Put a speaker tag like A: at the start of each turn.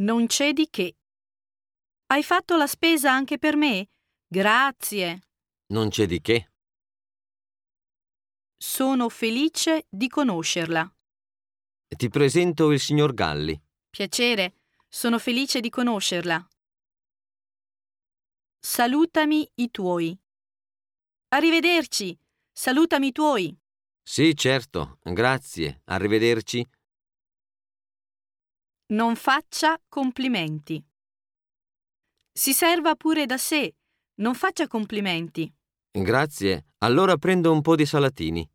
A: Non c'è di che. Hai fatto la spesa anche per me? Grazie.
B: Non c'è di che.
A: Sono felice di conoscerla.
B: Ti presento il signor Galli.
A: Piacere. Sono felice di conoscerla. Salutami i tuoi. Arrivederci. Salutami i tuoi.
B: Sì, certo. Grazie. Arrivederci.
A: Non faccia complimenti. Si serva pure da sé. Non faccia complimenti.
B: Grazie. Allora prendo un po' di salatini.